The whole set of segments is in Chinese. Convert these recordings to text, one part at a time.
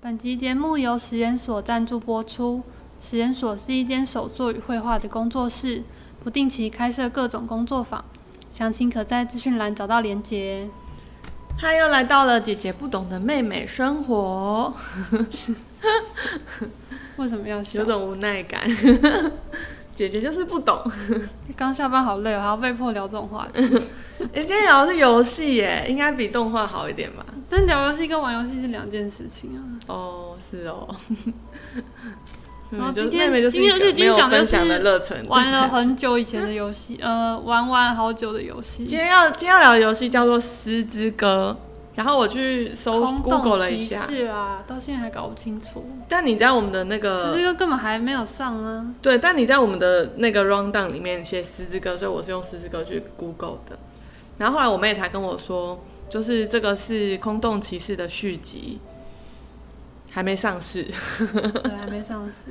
本集节目由实验所赞助播出。实验所是一间手作与绘画的工作室，不定期开设各种工作坊，详情可在资讯栏找到连结。嗨，又来到了姐姐不懂的妹妹生活，为什么要笑有？种无奈 感。姐姐就是不懂。刚下班好累哦，还要被迫聊这种话题。 哎、今天聊的是游戏耶，应该比动画好一点吧？但聊游戏跟玩游戏是两件事情啊。哦，是哦。然后嗯就今天妹妹就是一今天今个没天有讲的分享的是热忱。玩了很久以前的游戏，呃，玩玩好久的游戏。 今天要今天要聊的游戏叫做《诗之歌》，然后我去搜空 Google 洞了骑一下，士啊，到现在还搞不清楚。但你在我们的那其实个这个根本还没有上啊。对，但你在我们的那个 round down 里面写《诗之歌》，所以我是用《诗之歌》去 Google 的。然后后来我妹才跟我说，就是这个是《空洞骑士》的续集，还没上市。 对，还没上市。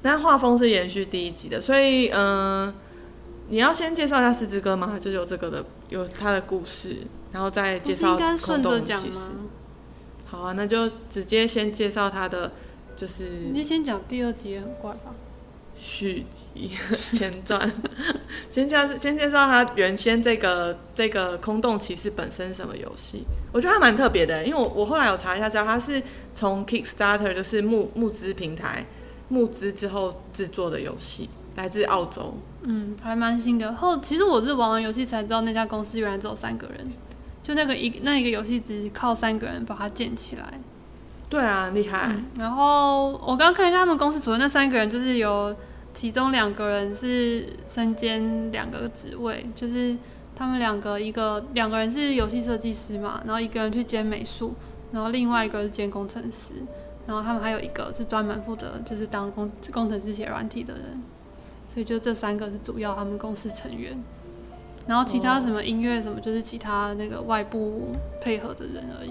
但画风是延续第一集的，所以嗯、呃你要先介绍一下《四之歌》吗？就是有这个的，有它的故事，然后再不介是绍应该空顺着洞讲骑士。吗？好啊，那就直接先介绍它的就是你就先讲第二集也很怪吧？续集前传， 先介绍先介绍它原先这个这个空洞骑士本身是什么游戏，我觉得它蛮特别的，因为我我后来有查一下资料，它是从 Kickstarter 就是募募资平台募资之后制作的游戏，来自澳洲。嗯，还蛮新的。后其实我是玩完游戏才知道那家公司原来只有三个人，就那个一那一个游戏只靠三个人把它建起来。对啊，厉害。嗯，然后我刚刚看一下他们公司主任那三个人，就是有其中两个人是身兼两个职位，就是他们两个一个两个人是游戏设计师嘛，然后一个人去兼美术，然后另外一个是兼工程师，然后他们还有一个是专门负责就是当工工程师写软体的人，所以就这三个是主要他们公司成员。然后其他什么音乐什么，就是其他那个外部配合的人而已。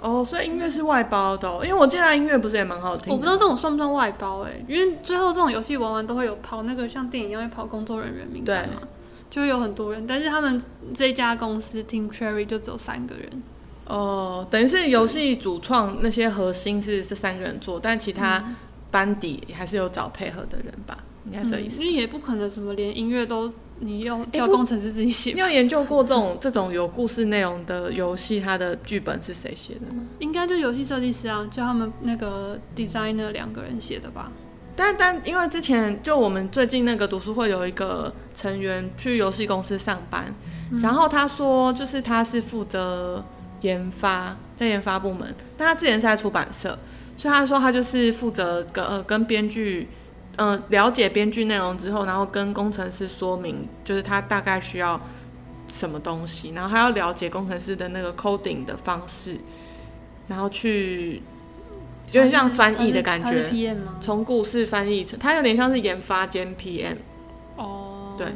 哦，所以音乐是外包的哦、因为我记得它音乐不是也蛮好听的。我不知道这种算不算外包哎、因为最后这种游戏玩完都会有跑那个像电影一样会跑工作人员名单嘛，就会有很多人，但是他们这家公司 Team Cherry 就只有三个人，哦，等于是游戏主创那些核心是这三个人做，但其嗯他班底还是有找配合的人吧，应该这意思。嗯因为也不可能什么连音乐都你要诶叫不工程师自己写吧，你有研究过这种这种有故事内容的游戏，它的剧本是谁写的吗？应该就游戏设计师啊，就他们那个 designer 两个人写的吧。但但因为之前就我们最近那个读书会有一个成员去游戏公司上班，嗯然后他说就是他是负责研发，在研发部门，但他之前是在出版社，所以他说他就是负责跟呃跟编剧。嗯，了解编剧内容之后，然后跟工程师说明，就是他大概需要什么东西，然后还要了解工程师的那个 coding 的方式，然后去有点像翻译的感觉。他是 PM 吗？从故事翻译成，它有点像是研发兼 PM，哦，对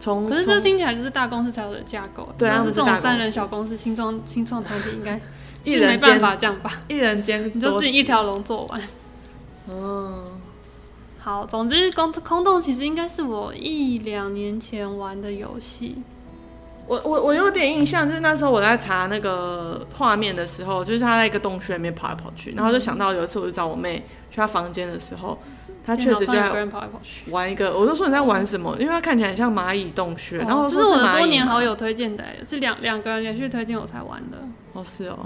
从可是这从听起来就是大公司才有的架构欸，对要他是们是这种大公三人司小公司新创新创团体应该 一是没人办兼法这样吧。一人兼你就多自己一条龙做完。嗯，好，总之空空洞其实应该是我一两年前玩的游戏，我我我有点印象，就是那时候我在查那个画面的时候，就是他在一个洞穴里面跑来跑去，然后就想到有一次我就找我妹去她房间的时候，她确实电脑就上有个在人跑来跑去。玩一个，我就说你在玩什么，因为它看起来很像蚂蚁洞穴，然后哦我这说是我的蚂蚁多年吗好友推荐的欸，是两两个人连续推荐我才玩的。哦是哦，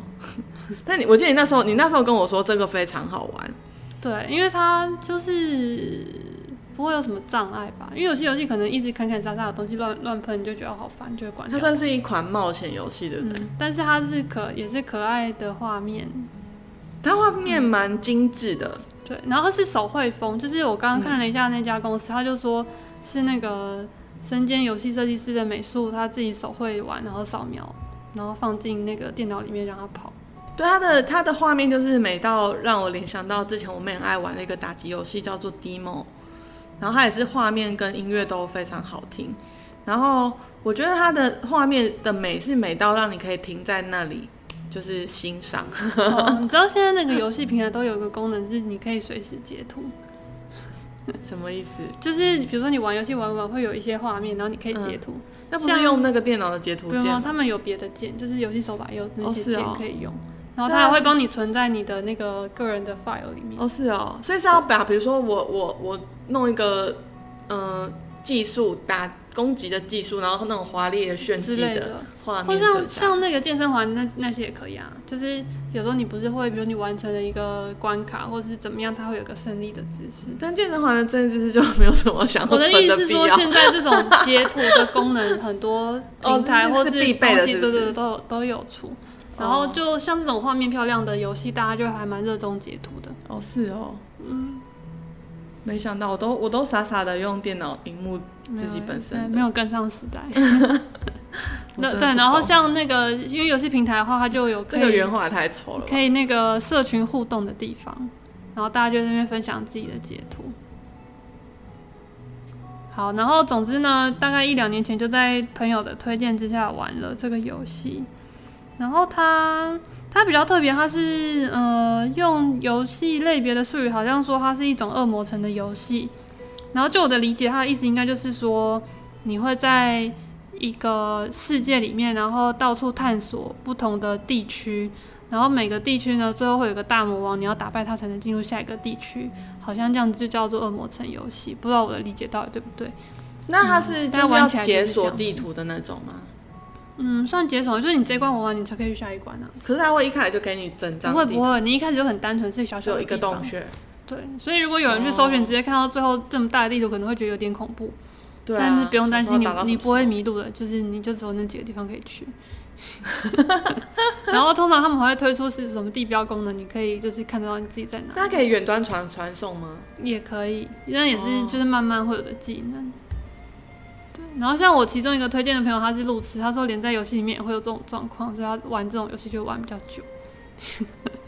但你我记得你那时候你那时候跟我说这个非常好玩，对，因为它就是不会有什么障碍吧，因为有些游戏可能一直砍砍杀杀的东西乱乱喷，你就觉得好烦，就会关掉。它算是一款冒险游戏，对不对？嗯，但是它是可也是可爱的画面，它画面蛮精致的，对，然后是手绘风，就是我刚嗯刚看了一下那家公司，他就说是那个身兼游戏设计师的美术，他自己手绘完，然后扫描，然后放进那个电脑里面让它跑。对它的它的画面就是美到让我联想到之前我妹很爱玩的一个打击游戏叫做 Demo，然后它也是画面跟音乐都非常好听，然后我觉得它的画面的美是美到让你可以停在那里就是欣赏， 哦你知道现在那个游戏平台都有一个功能是你可以随时截图，什么意思？就是比如说你玩游戏玩玩会有一些画面，然后你可以嗯截图，那不是像用那个电脑的截图不用键吗？吗？他们有别的键，就是游戏手把也有那哦些是键哦可以用。然后对它啊还会是帮你存在你的那个个人的 file 里面。哦，是哦，所以是要把，比如说我我我弄一个，呃，技术打攻击的技术，然后那种华丽的炫之技类的的，画或面像存下来，像那个健身环那那些也可以啊，就是有时候你不是会，比如你完成了一个关卡，或是怎么样，它会有个胜利的姿势。但健身环的真的知识就没有什么想要我的存意思是必说，要。现在这种截图的功能很多 哦平台这是或是是必备的东西是不对对是对都有都有出。然哦后就像这种画面漂亮的游戏，大家就还蛮热衷截图的。哦，是哦，嗯，没想到我都我都傻傻的用电脑荧幕自己本身没有的没有跟上时 代。我真那的对，不然后懂像那个，因为游戏平台的话，它就有可这以个原画也太丑了吧，可以那个社群互动的地方，然后大家就在那边分享自己的截图。好，然后总之呢，大概一两年前就在朋友的推荐之下玩了这个游戏，然后它它比较特别，它是呃用游戏类别的术语，好像说它是一种恶魔城的游戏，然后就我的理解，它的意思应该就是说你会在一个世界里面，然后到处探索不同的地区，然后每个地区呢，最后会有个大魔王，你要打败他才能进入下一个地区，好像这样子就叫做恶魔城游戏，不知道我的理解到底对不对？那它是就但是嗯玩要起来解就是这锁样地图的那种吗？嗯，算解锁，就是你这一关玩完，你才可以去下一关啊。可是它会一开始就给你整张不会地不图，会，你一开始就很单纯，是小只小有的一个地方洞。穴，对，所以如果有人去搜寻，直接看到最后这么大的地图，可能会觉得有点恐怖。对啊，但是不用担小时候心你打到，什你么不会时候。迷路的，就是你就只有那几个地方可以去。 然后通常他们还会推出是什么地标功能，你可以就是看得到你自己在哪里。那可以远端传传送吗？也可以，那也是哦就是慢慢会有的技能。对，然后像我其中一个推荐的朋友，他是路痴，他说连在游戏里面也会有这种状况，所以他玩这种游戏就会玩比较久，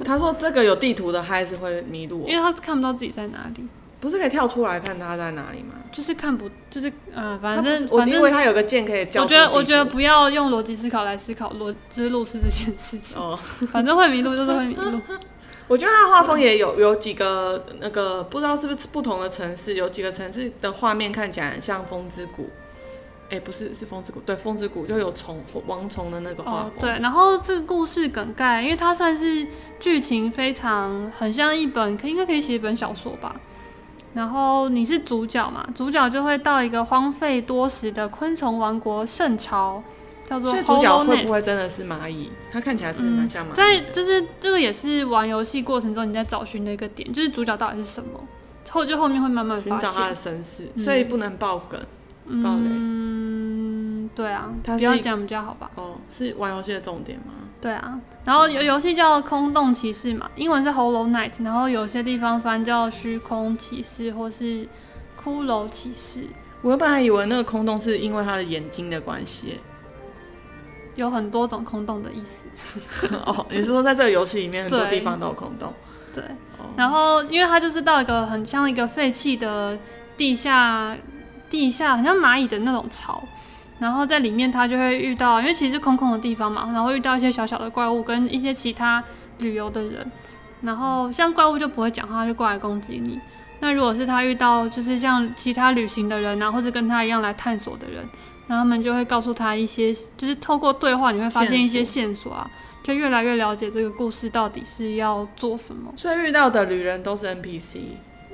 他说这个有地图的，他还是会迷路哦、因为他看不到自己在哪里，不是可以跳出来看他在哪里吗？就是看不，就是呃，他反不正是我反以正，为我他有个键可以叫出觉地得图。我觉得不要用逻辑思考来思考逻就是路痴这件事 情，哦，反正会迷路就是会迷路。我觉得他的画风也有有几个那个不知道是不是不同的城市，有几个城市的画面看起来很像《风之谷》诶，哎，不是是《风之谷》，对，《风之谷》就有虫王虫的那个画哦风。，对，然后这个故事梗概，因为它算是剧情非常很像一本，可应该可以写一本小说吧。然后你是主角嘛，主角就会到一个荒废多时的昆虫王国圣朝，叫做所 Hollow 以 Nest。嗯主角会不会真的是蚂蚁？他看起来是蛮像蚂蚁。在就是这个也是玩游戏过程中你在找寻的一个点，就是主角到底是什么，后就后面会慢慢寻发找他的现。身世，嗯所以不能爆梗、爆雷。嗯，对啊，它不是要一讲比较好吧。哦，是玩游戏的重点吗？对啊，然后游游戏叫《空洞骑士》嘛，英文是 Hollow Knight，然后有些地方翻叫《虚空骑士》或是《骷髅骑士》，我本来以为那个空洞是因为他的眼睛的关系。 有很多种空洞的意思。哦，你是说在这个游戏里面很多对地方都有空洞？对，哦然后因为它就是到一个很像一个废弃的地下地下，很像蚂蚁的那种巢，然后在里面它就会遇到，因为其实是空空的地方嘛，然后会遇到一些小小的怪物跟一些其他旅游的人，然后像怪物就不会讲话，它就过来攻击你。那如果是他遇到就是像其他旅行的人啊，或者跟他一样来探索的人，那他们就会告诉他一些，就是透过对话你会发现一些线索啊，就越来越了解这个故事到底是要做什么。所以遇到的旅人都是 NPC。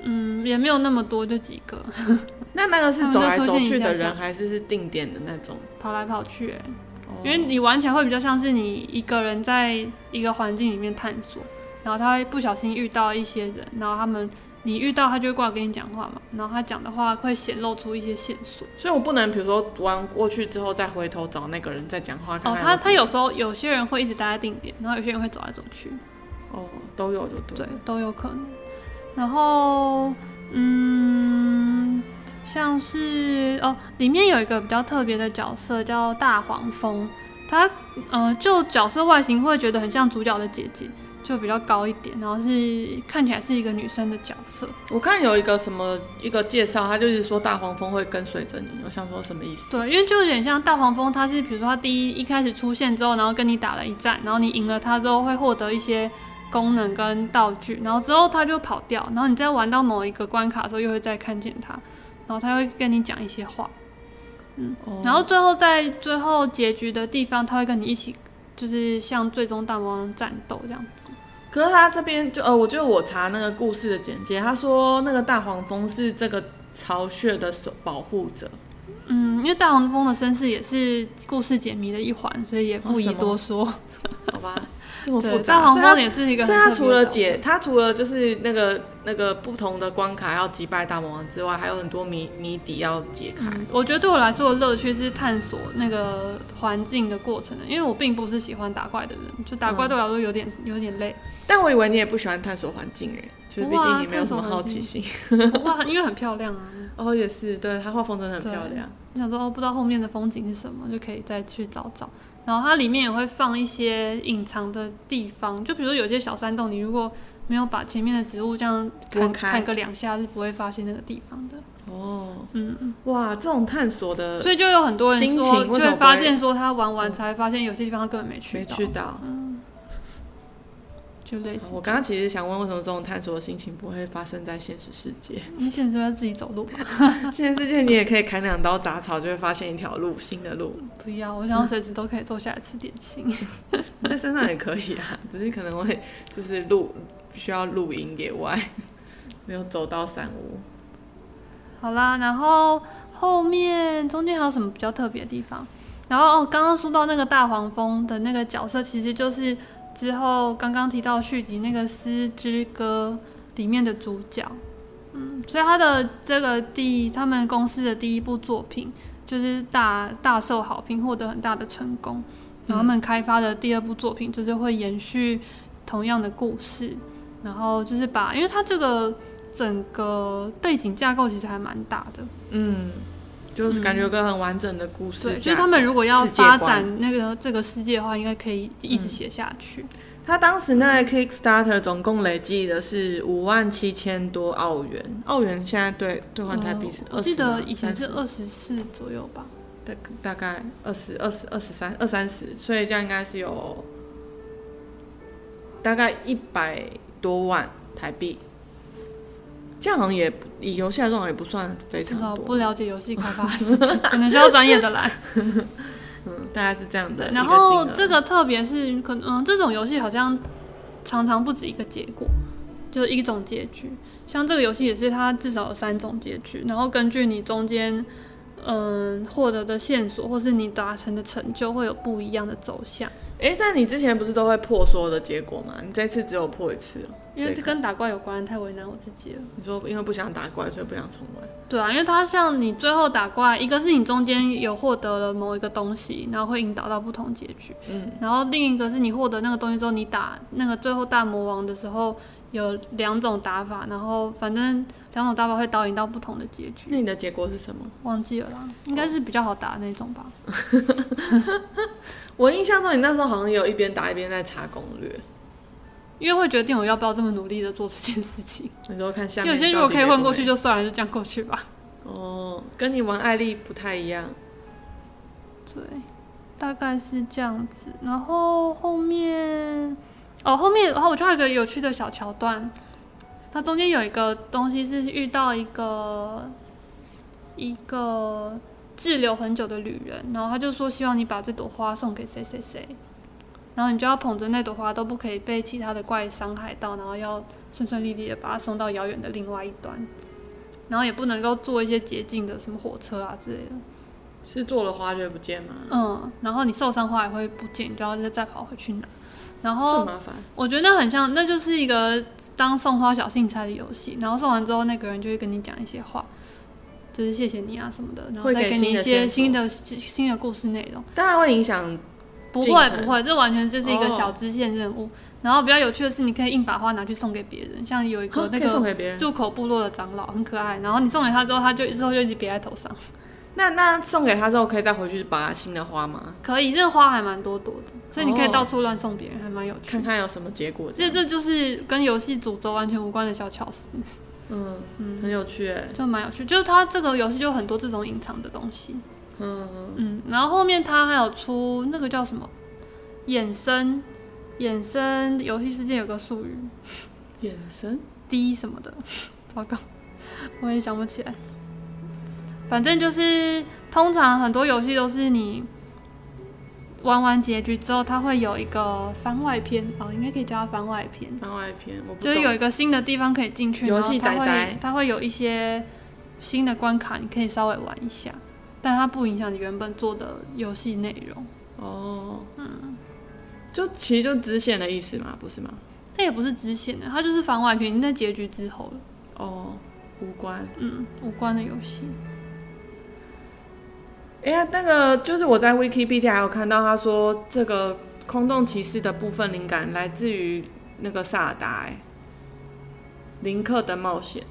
嗯，也没有那么多，就几个那那个哦是走来他走去的们就出现一下人，下还是是定点的那种？跑来跑去、欸，哦因为你玩起来会比较像是你一个人在一个环境里面探索，然后他会不小心遇到一些人，然后他们你遇到他就会过来跟你讲话嘛，然后他讲的话会显露出一些线索。所以我不能，比如说玩过去之后再回头找那个人再讲话。看哦，看他他有时候有些人会一直待在定点，然后有些人会走来走去，哦都有就对对。，都有可能。然后，嗯，像是哦，里面有一个比较特别的角色叫大黄蜂，她呃，就角色外形会觉得很像主角的姐姐，就比较高一点，然后是看起来是一个女生的角色。我看有一个什么一个介绍，他就是说大黄蜂会跟随着你，我想说什么意思？对，因为就有点像大黄蜂，它是比如说它第一一开始出现之后，然后跟你打了一战，然后你赢了它之后会获得一些功能跟道具，然后之后它就跑掉，然后你再玩到某一个关卡的时候，又会再看见它，然后它会跟你讲一些话，嗯哦然后最后在最后结局的地方，它会跟你一起。就是向最终大魔王战斗这样子。可是他这边就呃，我就我查那个故事的简介，他说那个大黄蜂是这个巢穴的守保护者，嗯，因为大黄蜂的身世也是故事解谜的一环，所以也不宜多说。哦 好吧？这么复 对，杂，大所黄以他蜂也是一个所很特别的角色，以他除了解，他除了就是那个那个不同的关卡要击败大魔王之外，还有很多谜谜底要解开。嗯，我觉得对我来说的乐趣是探索那个环境的过程的，因为我并不是喜欢打怪的人，就打怪对我来说有点、 有点累，但我以为你也不喜欢探索环境诶，就是毕不会竟啊你没有什么好奇心。 不过因为很漂亮啊，哦，也是，对，它画风真的很漂亮。我想说哦，不知道后面的风景是什么，就可以再去找找。然后它里面也会放一些隐藏的地方，就比如说有些小山洞，你如果没有把前面的植物这样拨砍开砍个两下，是不会发现那个地方的。哦，嗯，哇，这种探索的所以就有很多人呃心说，情就为什会么不发会 现说他玩完才发现有些地方他根本没去没到，嗯去到。就类似好我刚刚其实想问，为什么这种探索的心情不会发生在现实世 界？你现实要自己走路吧？现实世界你也可以砍两刀杂草，就会发现一条路，新的路。不要，我想要随时都可以坐下来吃点心。 你 在身上也可以啊， 只是可能会就是露需要露营野外， 没有走到山屋。好啦，然后后面中间还有什么比较特别的地方？然后哦，刚刚说到那个大黄蜂的那个角色，其实就是之后刚刚提到续集那个《丝之歌》里面的主角。嗯，所以他的这个第他们公司的第一部作品就是大大受好评，获得很大的成功。然后他们开发的第二部作品就是会延续同样的故事，然后就是把，因为他这个整个背景架构其实还蛮大的，嗯，就是感觉有个很完整的故事、对，架就是他们如果要世界发观嗯展那个这个世界的话，应该可以一直写下去。他当时那个 Kickstarter 总共累计的是五万七千多澳元，澳元现在兑兑换台币是呃我二记十、得三以前是十二十四左右吧，大大概二十二十二十三二三十，所以这样应该是有大概一百多万台币。这样好像也不以游戏来说好像也不算非至少常不多，了解游戏开发的事 情，可能需要专业的来。嗯，大概是这样的一个然金后额。这个特别是可能、嗯、这种游戏好像常常不止一个结果，就是一种结局。像这个游戏也是它至少有三种结局，然后根据你中间嗯获得的线索或是你达成的成就会有不一样的走向，哎、但你之前不是都会破所有的结果吗？你这次只有破一次哦，因为这这个跟打怪有关，太为难我自己了。你说因为不想打怪，所以不想重玩。对啊，因为它像你最后打怪，一个是你中间有获得了某一个东西，然后会引导到不同结局。嗯，然后另一个是你获得那个东西之后，你打那个最后大魔王的时候有两种打法，然后反正两种打法会导引到不同的结局，那你的结果是什么？忘记了啦，应该是比较好打的那种吧。我印象中你那时候好像有一边打一边在查攻略，因为会决定我要不要这么努力的做这件事情。你说看下有面些如果到底可以有混过去没就算了，就这样过去吧。哦，跟你玩艾丽不太一样。对，大概是这样子。然后后面，哦，后面，然后我就还有一个有趣的小桥段，它中间有一个东西是遇到一个一个滞留很久的旅人，然后他就说希望你把这朵花送给谁谁谁。然后你就要捧着那朵花，都不可以被其他的怪伤害到，然后要顺顺利利的把它送到遥远的另外一端，然后也不能够坐一些捷径的，什么火车啊之类的。是做了花就会不见吗？嗯，然后你受伤后也会不见，你就要再再跑回去拿。然这后麻烦。我觉得那很像，那就是一个当送花小信差的游戏。然后送完之后，那个人就会跟你讲一些话，就是谢谢你啊什么的，然后会再给给你新一的些线新的新新的故事内容。当然会影响，不进会程不会，这完全就是一个哦小支线任务。然后比较有趣的是，你可以硬把花拿去送给别人，像有一个哼那哦可以送个给别人。住口部落的长老很可爱，然后你送给他之后，他就之后就一直别在头上。那那送给他之后，可以再回去拔新的花吗？可以，这个花还蛮多朵的，所以你可以哦到处乱送别人，还蛮有趣的看。看有什么结果这这样。这就是跟游戏主轴完全无关的小巧思，嗯嗯，很有趣哎。就蛮有趣。就是它这个游戏就有很多这种隐藏的东西，嗯，嗯，然后后面它还有出那个叫什么衍生，衍生游戏世界有个术语眼神 D 什么的，糟糕，我也想不起来。反正就是通常很多游戏都是你玩完结局之后，它会有一个番外篇哦，应该可以叫它番外篇，番外篇，我不就是有一个新的地方可以进去，游然后戏它宅会宅它会有一些新的关卡，你可以稍微玩一下，但它不影响你原本做的游戏内容。哦，嗯，就其实就支线的意思嘛，不是吗？它也不是支线的，它就是番外篇，已经在结局之后了。哦，无关。嗯，无关的游戏。哎呀，那个就是我在 Wikipedia 还有看到他说，这个空洞骑士的部分灵感来自于那个萨尔达、诶林克的冒险，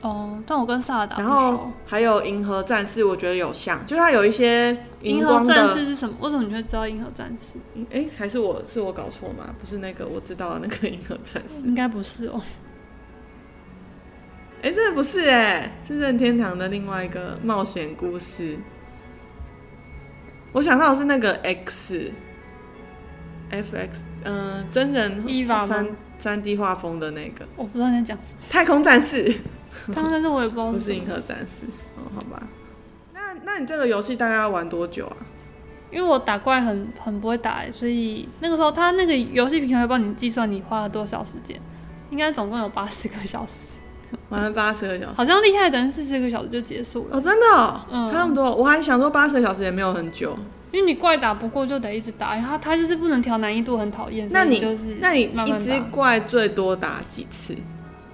哦，但我跟萨尔达然不后熟。还有银河战士，我觉得有像，就是它有一些荧银河光战的，士是什么？为什么你会知道银河战士？哎，还是我是我搞错吗？不是那个我知道的那个银河战士， 应该不是哦。哎，这不是哎，是任天堂的另外一个冒险故事。我想到的是那个 X F X，嗯、呃，真人 EVA 三吗三 D 画风的那个我不知道你在讲 什么。太空战士，但但是我也不知道不是是什银么，河战士。哦，好吧。那那你这个游戏大概要玩多久啊？因为我打怪很很不会打欸，所以那个时候他那个游戏平台会帮你计算你花了多少时间，应该总共有八十个小 时，玩了八十个小时。好像厉害的人四十个小时就结束了，哦，真的、哦，嗯差不多。我还想说八十个小时也没有很久。因为你怪打不过就得一直打，然后他就是不能调难易度，很讨厌。那所以你就是那你嗯慢慢一只打怪最多打几次？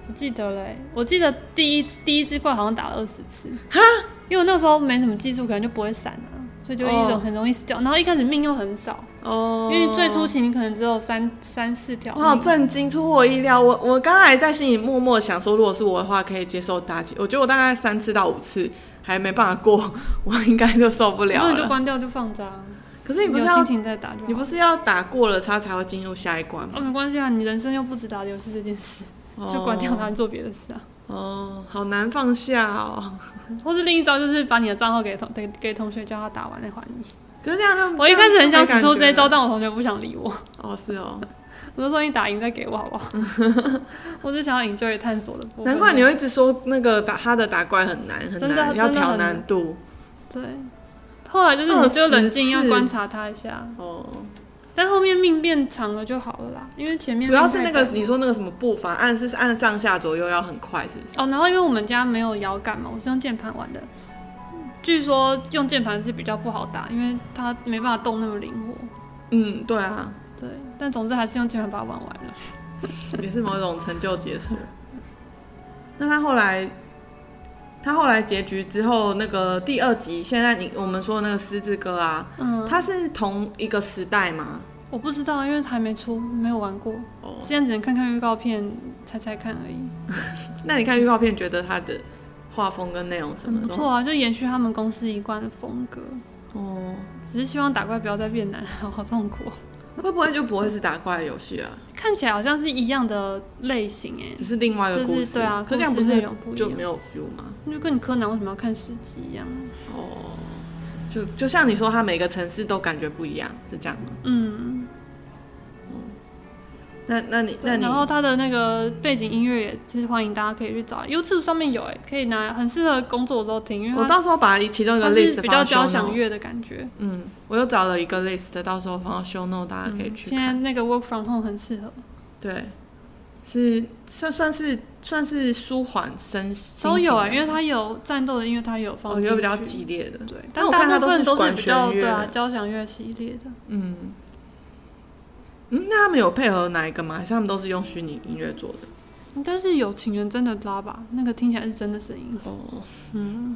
不记得嘞、我记得第一次第一只怪好像打了二十次，哈，因为我那时候没什么技术，可能就不会闪啊，所以就一种哦很容易死掉。然后一开始命又很少，哦因为最初期你可能只有三三四条我命，好震惊，出乎我意料。我我刚才在心里默默想说，如果是我的话，可以接受打几。我觉得我大概三次到五次还没办法过， 我应该就受不然后了你就了。关掉就放着、啊，可是你不是有心要情再打就你好。不是要打过了，它才会进入下一关吗？哦，没关系啊，你人生又不止打游戏这件事，哦就关掉它做别的事啊。哦，好难放下哦。或是另一招就是把你的账号给同给给同学，叫他打完再还你。可是这样就我一开始很想使使出这一招，。但我同学不想理我， 哦，是哦，我就说你打赢再给我好不好？ 我就想要 enjoy 探索的部分。难怪你会一直说那个打他的打怪很难很真的难，要真的调很难难度。对，后来就是你就冷静， 20要次观察他一下。哦，但后面命变长了就好了啦，因为前面主要命是太那个短你说那个什么步伐，按是按上下左右要很快，是不是？哦，然后因为我们家没有摇杆嘛，我是用键盘玩的。据说用键盘是比较不好打，因为它没办法动那么灵活。嗯，对啊。对，但总之还是用键盘把它玩完了。也是某种成就解锁。 那他后来，他后来结局之后，那个第二集，现在你我们说的那个狮子哥啊，嗯，他是同一个时代吗？我不知道，因为还没出，没有玩过，哦，现在只能看看预告片，猜猜看而已。那你看预告片，觉得他的画风跟内容什很么不的都错啊，就延续他们公司一贯的风格。哦，只是希望打怪不要再变难，好痛苦哦。会不会就不会是打怪游戏啊？看起来好像是一样的类型哎、只是另外一个就故是事，对啊，可这样不故事内是容不一就样没，有 feel 吗？就跟你柯南为什么要看十集一样。啊哦，就就像你说，他每个城市都感觉不一样，是这样吗？嗯，那那你那对你然后它的那个背景音乐也是欢迎大家可以去找，YouTube 上面有哎、可以拿，很适合工作的时候听，因我为它到时候把其中一它个是 list 比较放到交 show note 响乐的感觉。嗯，我又找了一个 list，到时候放到 show note，大家可以去嗯现在看。那个 work from home 很适合，对，是算算是算是舒缓身心都有啊、情的因为它有战斗的音乐，它也有放哦，进去。有比较激烈的，对，但但我看大它部都分是都是管比弦较乐对啊交响乐系列的。嗯。嗯，那他们有配合哪一个吗？还是他们都是用虚拟音乐做的？应该嗯是有情人真的拉吧，那个听起来是真的声音，哦，嗯，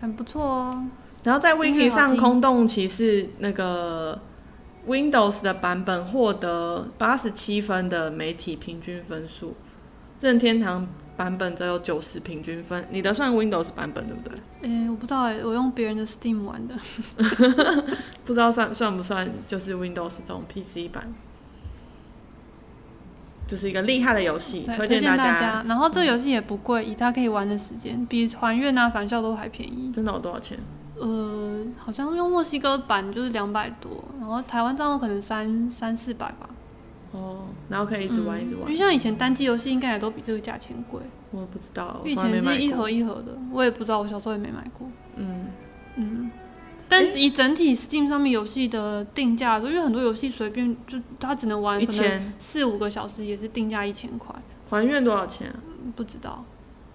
很不错哦。然后在音乐 Wiki 好上，《听空洞骑士》那个 Windows 的版本获得八十七分的媒体平均分数，任天堂版本则有九十平均分。你的算 Windows 版本对不对？诶、我不知道诶、我用别人的 Steam 玩的，不知道算算不算就是 Windows 这种 PC 版，就是一个厉害的游戏，对，推推荐荐大嗯大家。然后这游戏也不贵，以它可以玩的时间，比还愿啊、返校都还便宜。真的有多少钱？呃，好像用墨西哥版就是两百多，然后台湾账号可能三三四百吧。哦，然后可以一直玩，一直因玩为。像以前单机游戏应该也都比这个价钱贵，我不知道，因为以我从来前哦没是一买过。盒一盒的，我也不知道，我小时候也没买过。嗯，嗯，但以整体 Steam 上面游戏的定价来说，因为很多游戏随便就它只能玩一可能千四五个小时，也是定价一千块，还愿多少钱啊？不知道，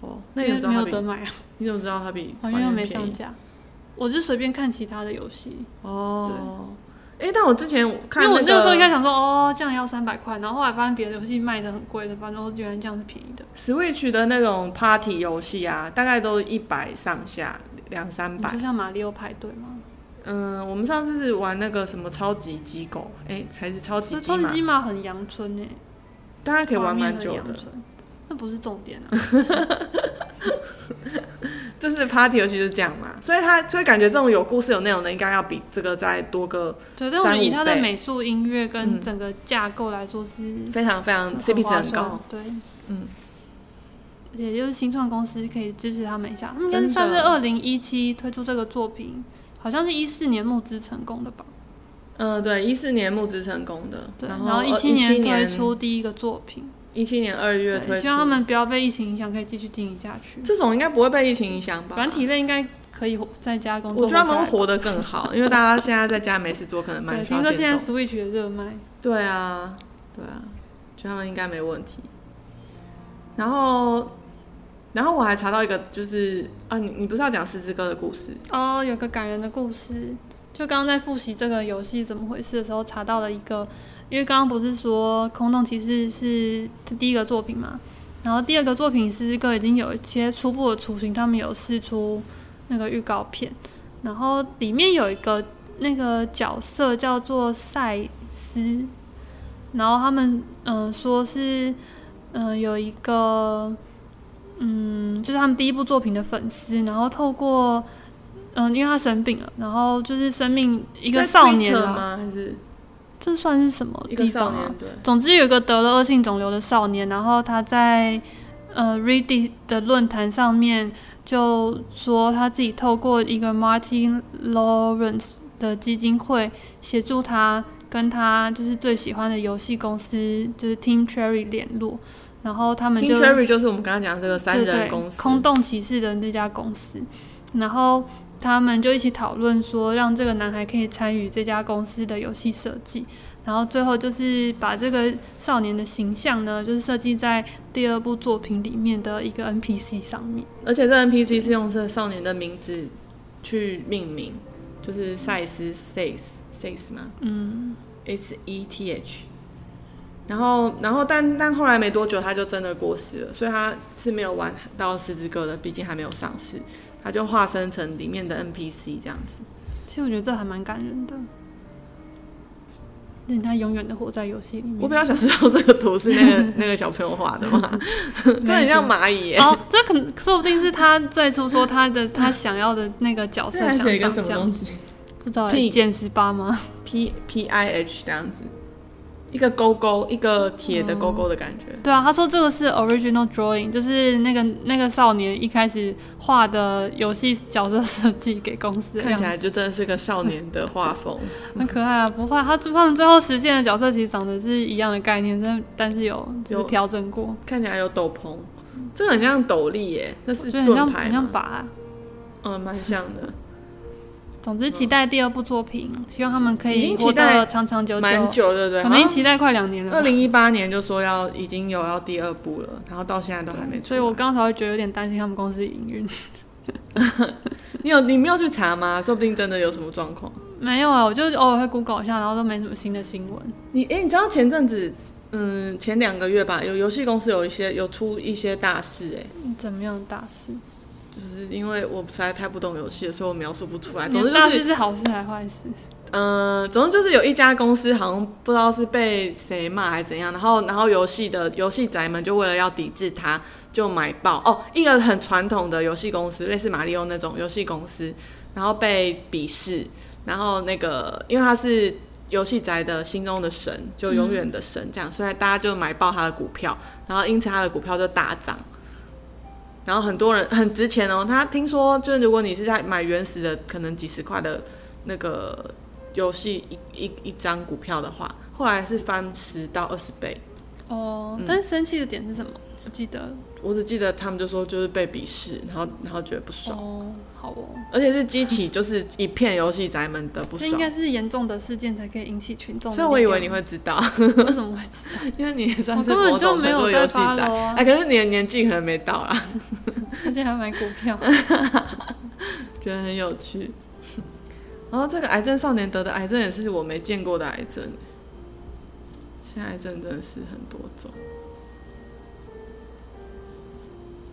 哦，那因你怎为么没有知道它比得买啊，你怎么知道它比好还像又愿没便上宜？架。我就随便看其他的游戏，哦，哎，但我之前看因为我那个个时候一开始想说，哦，这样要三百块，然后后来发现别的游戏卖的很贵的，反正居然这样是便宜的， Switch 的那种 party 游戏啊，大概都一百上下，两三你百说。像马里奥派对吗？嗯，我们上次是玩那个什么超级机狗，哎、还是超级那机超级嘛，鸡马很阳春诶、大家可以画玩面蛮很久阳的。春，那不是重 点啊。这是 party 游戏就是这样嘛，所以它所以感觉这种有故事有内容的，应该要比这个再多个对，但我觉三得以五它的倍美术、音乐跟嗯整个架构来说是非常非常很 CP 值划很算高。，对，嗯，而且就是新创公司可以支持他们一下，他们应该是真算是的二零一七推出这个作品，好像是一四年募资成功的吧？嗯、对，一四年募资成功的，对，然然后呃一七年推出，第一个作品，一七年二月推对，出，希望他们不要被疫情影响，可以继续经营下去。这种应该不会被疫情影响吧？软体类应该可以在家工作活我觉下来得他吧，们活得 更好，因为大家现在在家没事做，可能蛮对，需听要说现电在动。 Switch 也热卖，对啊，对啊，觉得他们应该没问题。然后，然后我还查到一个，就是啊，你你不是要讲四之歌的故事？哦，有个感人的故事。就刚刚在复习这个游戏怎么回事的时候，查到了一个，因为刚刚不是说《空洞骑士》是第一个作品嘛，然后第二个作品《诗之歌》已经有一些初步的雏形，他们有试出那个预告片，然后里面有一个那个角色叫做赛斯，然后他们嗯、呃说是嗯、呃有一个嗯就是他们第一部作品的粉丝，然后透过嗯、因为他生病了，然后就是生命一个是在少年 Twitter 啊，吗？还是这算是什么一个地方少啊？年？对，总之有一个得了恶性肿瘤的少年，然后他在呃 Reddit 的论坛上面就说他自己透过一个 Martin Lawrence 的基金会协助他跟他就是最喜欢的游戏公司就是 Team Cherry 联络，然后他们 King 就 Cherry 就是我们刚刚讲的这个三对对，人公司，空洞骑士的那家公司，然后他们就一起讨论说，让这个男孩可以参与这家公司的游戏设计，然后最后就是把这个少年的形象呢，就是设计在第二部作品里面的一个 NPC 上面。而且这 NPC 是用这少年的名字去命名，就是赛斯 Says Says 吗？嗯，S E T H。然后，然后，但但后来没多久，他就真的过世了，所以他是没有玩到《狮子哥》的，毕竟还没有上市，他就化身成里面的 NPC 这样子。其实我觉得这还蛮感人的，令他永远的活在游戏里面。我比较想知道这个图是那 个那个小朋友画的 吗？真的很像蚂蚁耶、 哦，这可能说不定是他最初说他的他想要的那个角色 这还想写一个长什么这东样，西不知道屁减十八吗？ ？P P I H 这样子，一个勾勾，一个铁的勾勾的感觉。对啊，他说这个是 original drawing，就是那个那个少年一开始画的游戏角色设计给公司的看样起子，来就真的是个少年的画风。 很可爱啊，不坏。他他们最后实现的角色其实长得是一样的概念，但但是有就是有调整过，看起来有斗篷，这个很像斗笠耶，那是就很像盾牌很吗像？把。啊嗯，蛮像 的，总之，期待第二部作品，希望他们可嗯已以经活期待得长长久蛮久，久的，对可不能已经对？期待快两年了二吧。零一八年就说要已经有要第二部了，然后到现在都还没出来。所以我刚才会觉得有点担心他们公司营运。你有你没有去查吗？说不定真的有什么状况。没有啊，我就偶尔会 Google 一下，然后都没什么新的新闻。你哎、你知道前阵子，嗯，前两个月吧，有游戏公司有一些有出一些大事哎，怎么样的大事？就是因为我实在太不懂游戏了，所以我描述不出来。总你之的就大是事是好事还是坏事？嗯，总之就是有一家公司好像不知道是被谁骂还是怎样，然后然后游戏的游戏宅们就为了要抵制它，就买爆哦，一个很传统的游戏公司，类似马里奥那种游戏公司，然后被鄙视，然后那个因为他是游戏宅的心中的神，就永远的神这样，所以大家就买爆他的股票，然后因此他的股票就大涨。然后很多人很值钱哦，他听说就是如果你是在买原始的，可能几十块的那个游戏一一一张股票的话，后来是翻十到二十倍，嗯哦，但是生气的点是什么？记得了。我只记得他们就说就是被鄙视，然后然后觉得不爽，哦，好哦，而且是激起就是一片游戏宅们的不这爽应。该是严重的事件才可以引起群众的力量。所以我以为你会知道， 为什么会知道？因为你也算我是根某本就种没程度有游在戏发宅。楼啊， 哎，可是你的年纪可能没到啦，而且还买股 票。觉得很有趣。然后这个癌症少年得的癌症也是我没见过的癌症，现在癌症真的是很多种。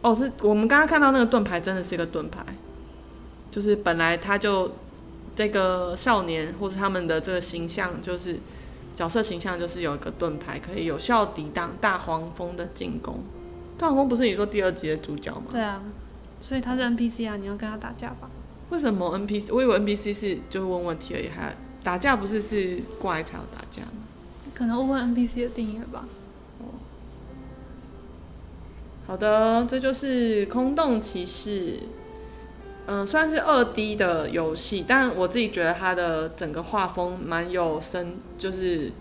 哦，是我们刚刚看到那个盾牌真的是一个盾牌，就是本来他就这个少年或是他们的这个形象，就是角色形象就是有一个盾牌可以有效抵挡大黄蜂的进攻。大黄蜂不是你说第二集的主角吗？对啊，所以他是 NPC 啊，你要跟他打架吧？为什么 NPC？我以为 NPC 是就是问问题而已，还打架不是是怪才要打架吗？可能误会 NPC 的定义了吧？好的，这就是空洞骑士。嗯，虽然是二 D 的游戏，但我自己觉得它的整个画风蛮有深，就是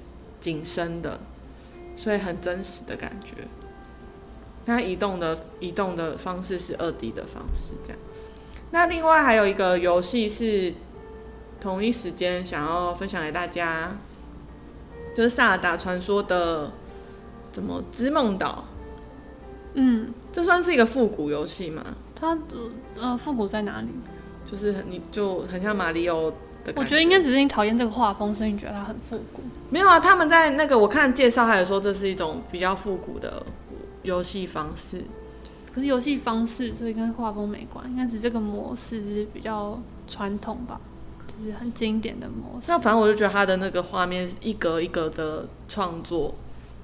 景深的，所以很真实的感觉。它移动的移动的方式是二 D 的方式，这样。那另外还有一个游戏是同一时间想要分享给大家，就是《萨尔达传说》的怎么织梦岛。嗯，这算是一个复古游戏嘛？他呃复古在哪里？就是很你就很像马里奥的感我觉得应该只是你讨厌这个画风，所以你觉得它很复古。没有啊。他们在那个我看介绍还有说这是一种比较复古的游戏方式，可是游戏方式，所以跟画风没关，应该只是这个模式是比较传统吧，就是很经典的模式那。反正我就觉得它的那个画面是一格一格的创作，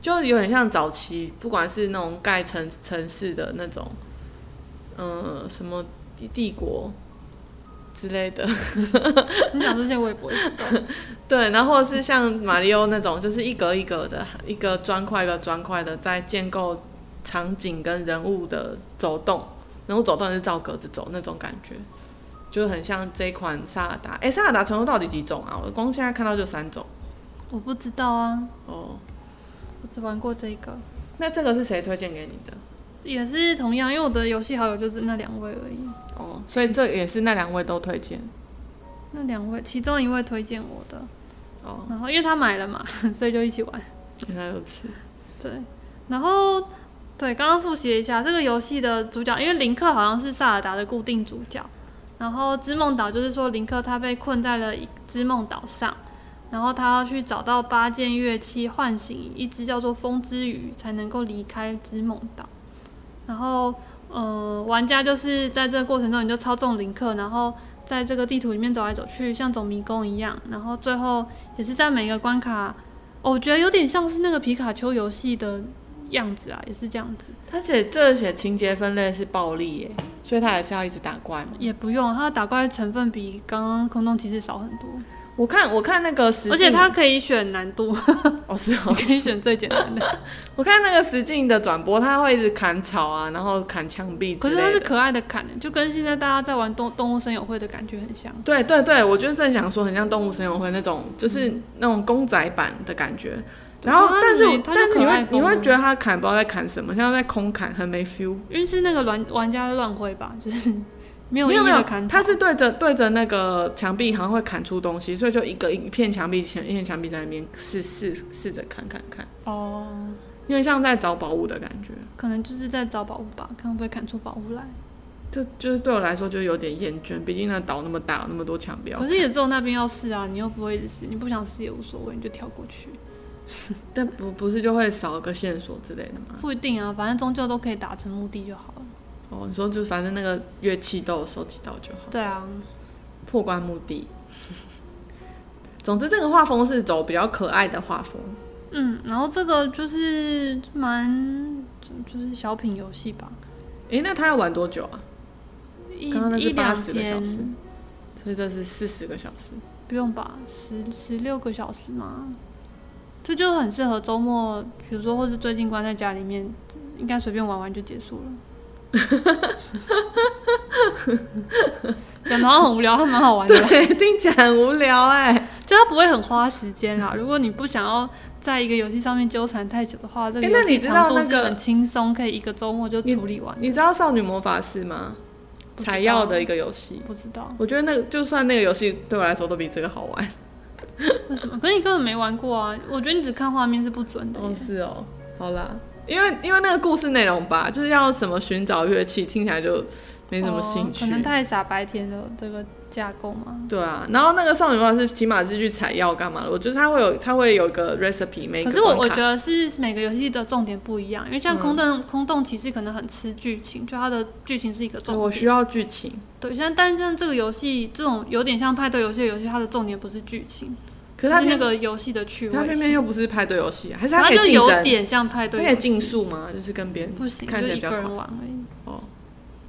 就有点像早期，不管是那种盖城城市的那种，嗯、什么帝帝国之类的，你讲这些我也不会知道。对，然后或者是像马里奥那种，就是一格一格的，一个砖块一个砖块的在建构场景跟人物的走动，人物走动也是照格子走那种感觉，就很像这一款萨尔达。哎，萨尔达传说到底几种啊？我光现在看到就三种我不知道啊，哦。我只玩过这个，那这个是谁推荐给你的？也是同样，因为我的游戏好友就是那两位而已。哦，所以这也是那两位都推荐那两位，其中一位推荐我的，哦。然后因为他买了嘛， 所以就一起玩。原来如此，对，然后对，刚刚复习了一下这个游戏的主角，因为林克好像是萨尔达的固定主角，然后织梦岛就是说林克他被困在了一织梦岛上，然后他要去找到八件乐器，唤醒一只叫做风之鱼，才能够离开织梦岛。然后，呃，玩家就是在这个过程中，你就操纵林克，然后在这个地图里面走来走去，像走迷宫一样。然后最后也是在每个关卡，哦我觉得有点像是那个皮卡丘游戏的样子啊，也是这样子，他写这写情节分类是暴力耶，所以他也是要一直打怪嘛。也不用它的打怪成分比刚刚空洞骑士少很多，我看我看那个实而且境它可以选难 度，哦是哦你，可以选最简单 的。我看那个实境的转播，他会一直砍草啊，然后砍墙壁之可类是的。它是可爱的砍、就跟现在大家在玩动动物森友会的感觉很像。对对对，我就是正想说，很像动物森友会那种，就是那种公仔版的感觉。嗯对然后它，但是没我它就但是你可爱会你风会啊觉得他砍不知道在砍什么，像在空砍，很没 feel。因为是那个玩玩家乱挥吧，就是没有没意有义没的有砍，他是对着对着那个墙壁，好像会砍出东西，所以就一个一片墙壁，一片墙壁在那边试试试着砍砍砍，哦，因为像在找宝物的感觉。可能就是在找宝物吧，看会不会砍出宝物来。这就是对我来说就有点厌倦，毕竟那岛那么大，有那么多墙壁要可是也只有那边要试啊，你又不会一直试，你不想试也无所谓，你就跳过去。但不不是就会少个线索之类的吗？不一定啊，反正终究都可以达成目的就好了。哦，你说就反正那个乐器都有收集到就好，对啊，破关目的。 总之，这个画风是走比较可爱的画风，嗯，然后这个就是蛮就是小品游戏吧，诶，那他要玩多久啊？一刚刚那一是两八十个小时天，所以这是四十个小时。 不用吧，十十六个小时嘛，这就很适合周末，比如说或是最近关在家里面，应该随便玩玩就结束了。讲的好像很无聊，还蛮好玩的。对，听起来很无聊哎、就它不会很花时间啦。如果你不想要在一个游戏上面纠缠太久的话，这个诶那游戏你知道长度是那个很轻松，可以一个周末就处理完。你知道《少女魔法师》吗？不知道采药的一个游戏，不知道我觉得那个就算那个游戏对我来说都比这个好玩。为什么，可是你根本没玩过啊！我觉得你只看画面是不准的耶。哦，是哦，好啦，因为因为那个故事内容吧，就是要什么寻找乐器，听起来就没什么兴哦趣。可能太傻白甜的这个架构嘛。对啊，然后那个少女魔法师起码是去采药干嘛的？我就是它会有它会有一个 recipe，每一可个是我关卡我觉得是每个游戏的重点不一样，因为像嗯空洞、空洞骑士可能很吃剧情，就它的剧情是一个重点。我需要剧情，对，像但是像这个游戏这种有点像派对游戏的游戏，它的重点不是剧情，可是就它是那偏个游戏的趣它味偏偏性。又不是派对游戏啊，还是它可以就竞有争？点像派它对游可戏，以竞速吗？就是跟别人不行，看就谁一比较个快人玩而已。哦，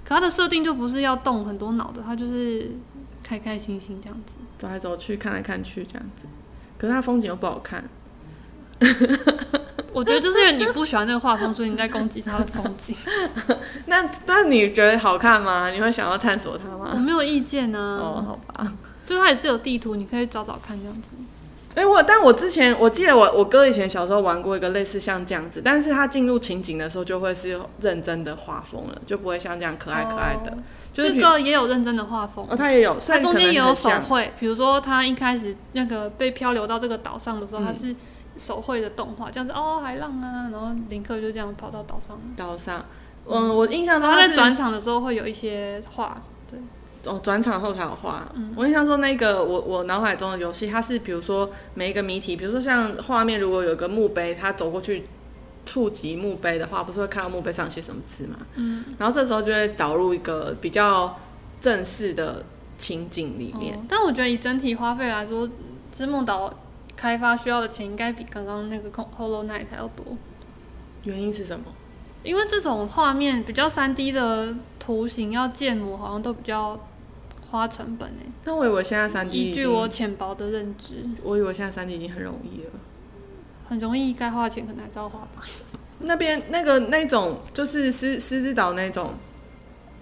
可它的设定就不是要动很多脑的，它就是开开心心这样子。走来走去，看来看去这样子。可是它风景又不好看，我觉得就是因为你不喜欢这个画风，所以你在攻击它的风 景。那那你觉得好看吗？你会想要探索它我吗？没有意见啊，哦，好吧。就它也是有地图，你可以找找看这样子。哎、我但我之前我记得我我哥以前小时候玩过一个类似像这样子，但是他进入情景的时候就会是认真的画风了，就不会像这样可爱可爱的，哦就是这比个也有认真的画风。哦，他也有，虽它然中可间能也有很手像绘，比如说它一开始那个被漂流到这个岛上的时候，嗯它是手绘的动画，这样子哦海浪啊，然后林克就这样跑到岛上。岛上，嗯，我印象中他在是转场的时候会有一些画，对，哦，转场后才有画。嗯我印象中那个我我脑海中的游戏，它是比如说每一个谜题，比如说像画面如果有个墓碑，它走过去触及墓碑的话，不是会看到墓碑上写什么字吗？嗯，然后这时候就会导入一个比较正式的情景里面。哦但我觉得以整体花费来说，织梦岛开发需要的钱应该比刚刚那个空 Hollow Knight 还要多，原因是什么？因为这种画面比较三 D 的图形要建模，好像都比较花成本诶。那我以为现在三 D 依已据经，我我浅薄的认知，以为现在三 D 已经很容易了。很容易该花的钱可能还是要花吧。那边那个那种就是狮狮子岛那种，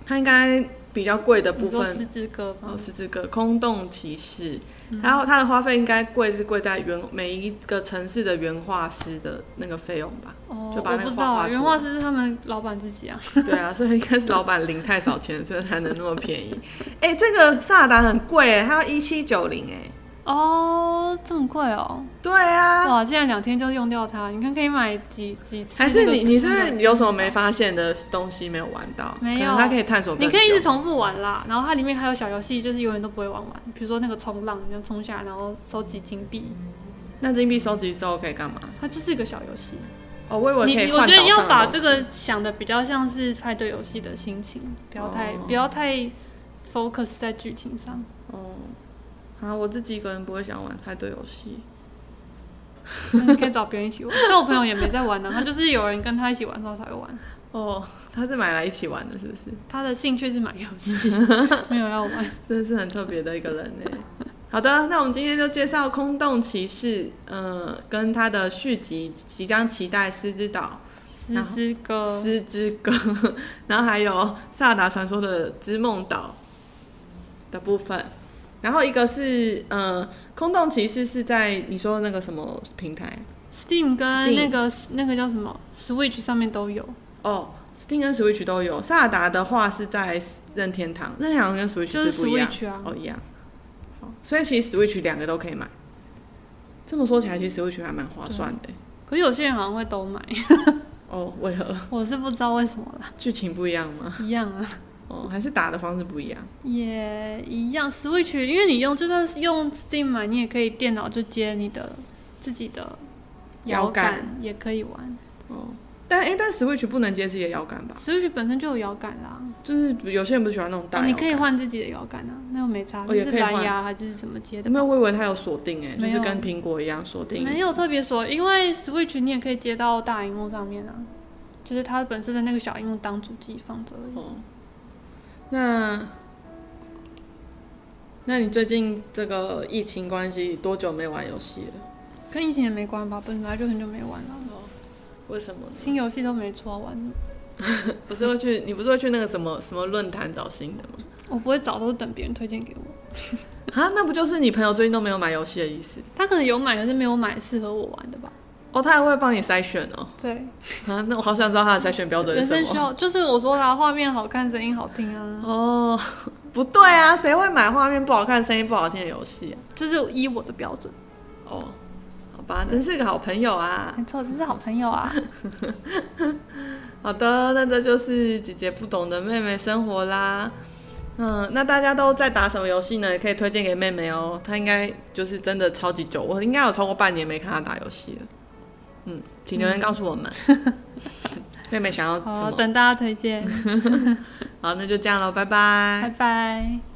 它应该比较贵的部你说分狮子歌吗哦，？是这个空洞骑士，然后它的花费应该贵是贵在原每一个城市的原画师的那个费用 吧？哦，嗯就把我那不个知画道画啊，出原来画师是他们老板自己啊。对啊，所以应该是老板领太少钱，所以才能那么便宜。 哎、这个萨达很贵哎，它要一七九零哎。哦，这么贵哦！对啊，哇，竟然两天就用掉它，你看可以买几几次还那个是什么的。你你是不是有什么没发现的东西没有玩到？没有可能它可以探索更你久。可以一直重复玩啦，然后它里面还有小游戏，就是永远都不会玩完，比如说那个冲浪，你要冲下来然后收集金币，那金币收集之后可以干嘛？它就是一个小游戏。哦，我以为可你以你我觉换岛上的得要把东这西个想的比较像是派对游戏的心情，不要太、哦不要太 focus 在剧情上。哦，啊，我自己一个人不会想玩派对游戏。那你可以找别人一起玩，像我朋友也没在玩呢、啊他就是有人跟他一起玩，他才会玩。哦，他是买来一起玩的，是不是？他的兴趣是买游戏， 没有要玩。真的是很特别的一个人呢。好的，那我们今天就介绍《空洞骑士》，呃，跟他的续集即将期待《狮之岛十之》 《歌，狮之歌》， 然后还有《萨达传说》的《织梦岛》的部分。然后一个是，呃，空洞骑士是在你说那个什么平台？ Steam 跟 Steam 那个那个叫什么 Switch 上面都有，哦，Steam 跟 Switch 都有。萨达的话是在任天堂，任天堂跟 Switch 就是不一样。 Switch 啊。哦，一样。好所以其实 Switch 两个都可以买。这么说起来，其实 Switch 还蛮划算的欸。可是有些人好像会都买，哦，为何 我是不知道为什么啦。剧情不一样吗？一样啊，哦，还是打的方式不一样？也一样。Switch 因为你用就算是用 Steam 买，你也可以电脑就接你的自己的摇杆杆，也可以玩。哦，但哎、但 Switch 不能接自己的摇杆吧？ Switch 本身就有摇杆啦，就是有些人不是喜欢那种大、啊、你可以。换自己的摇杆啊，那又没差，哦就也是可以蓝换牙还是怎么接的没有，我以为它有锁定哎，就没是有跟苹果一样锁定。没有特别锁，因为 Switch 你也可以接到大荧幕上面啊，就是它本身的那个小荧幕当主机放着而已。哦，那那你最近这个疫情关系多久没玩游戏了？跟疫情也没关吧，本来就很久没玩了，哦为什么呢？新游戏都没出来玩，不是会去，你不是会去那个什么什么论坛找新的吗？ 我不会找，都是等别人推荐给我。啊，那不就是你朋友最近都没有买游戏的意思？他可能有买，可是没有买适合我玩的吧？哦，他还会帮你筛选哦。 对，啊，那我好想知道他的筛选标准人是什生需么。要就是我说啦，画面好看，声音好听啊，哦， 不对啊，谁会买画面不好看、声音不好听的游戏啊？就是依我的标准。哦，好吧，真是个好朋友啊。没错，真是好朋友啊。好的，那这就是姐姐不懂的妹妹生活啦。嗯，那大家都在打什么游戏呢？也可以推荐给妹妹哦，她应该就是真的超级久，我应该有超过半年没看她打游戏了。嗯，请留言告诉我们， 妹妹想要什好，啊么？等大家推荐，好，那就这样喽，拜拜拜。拜。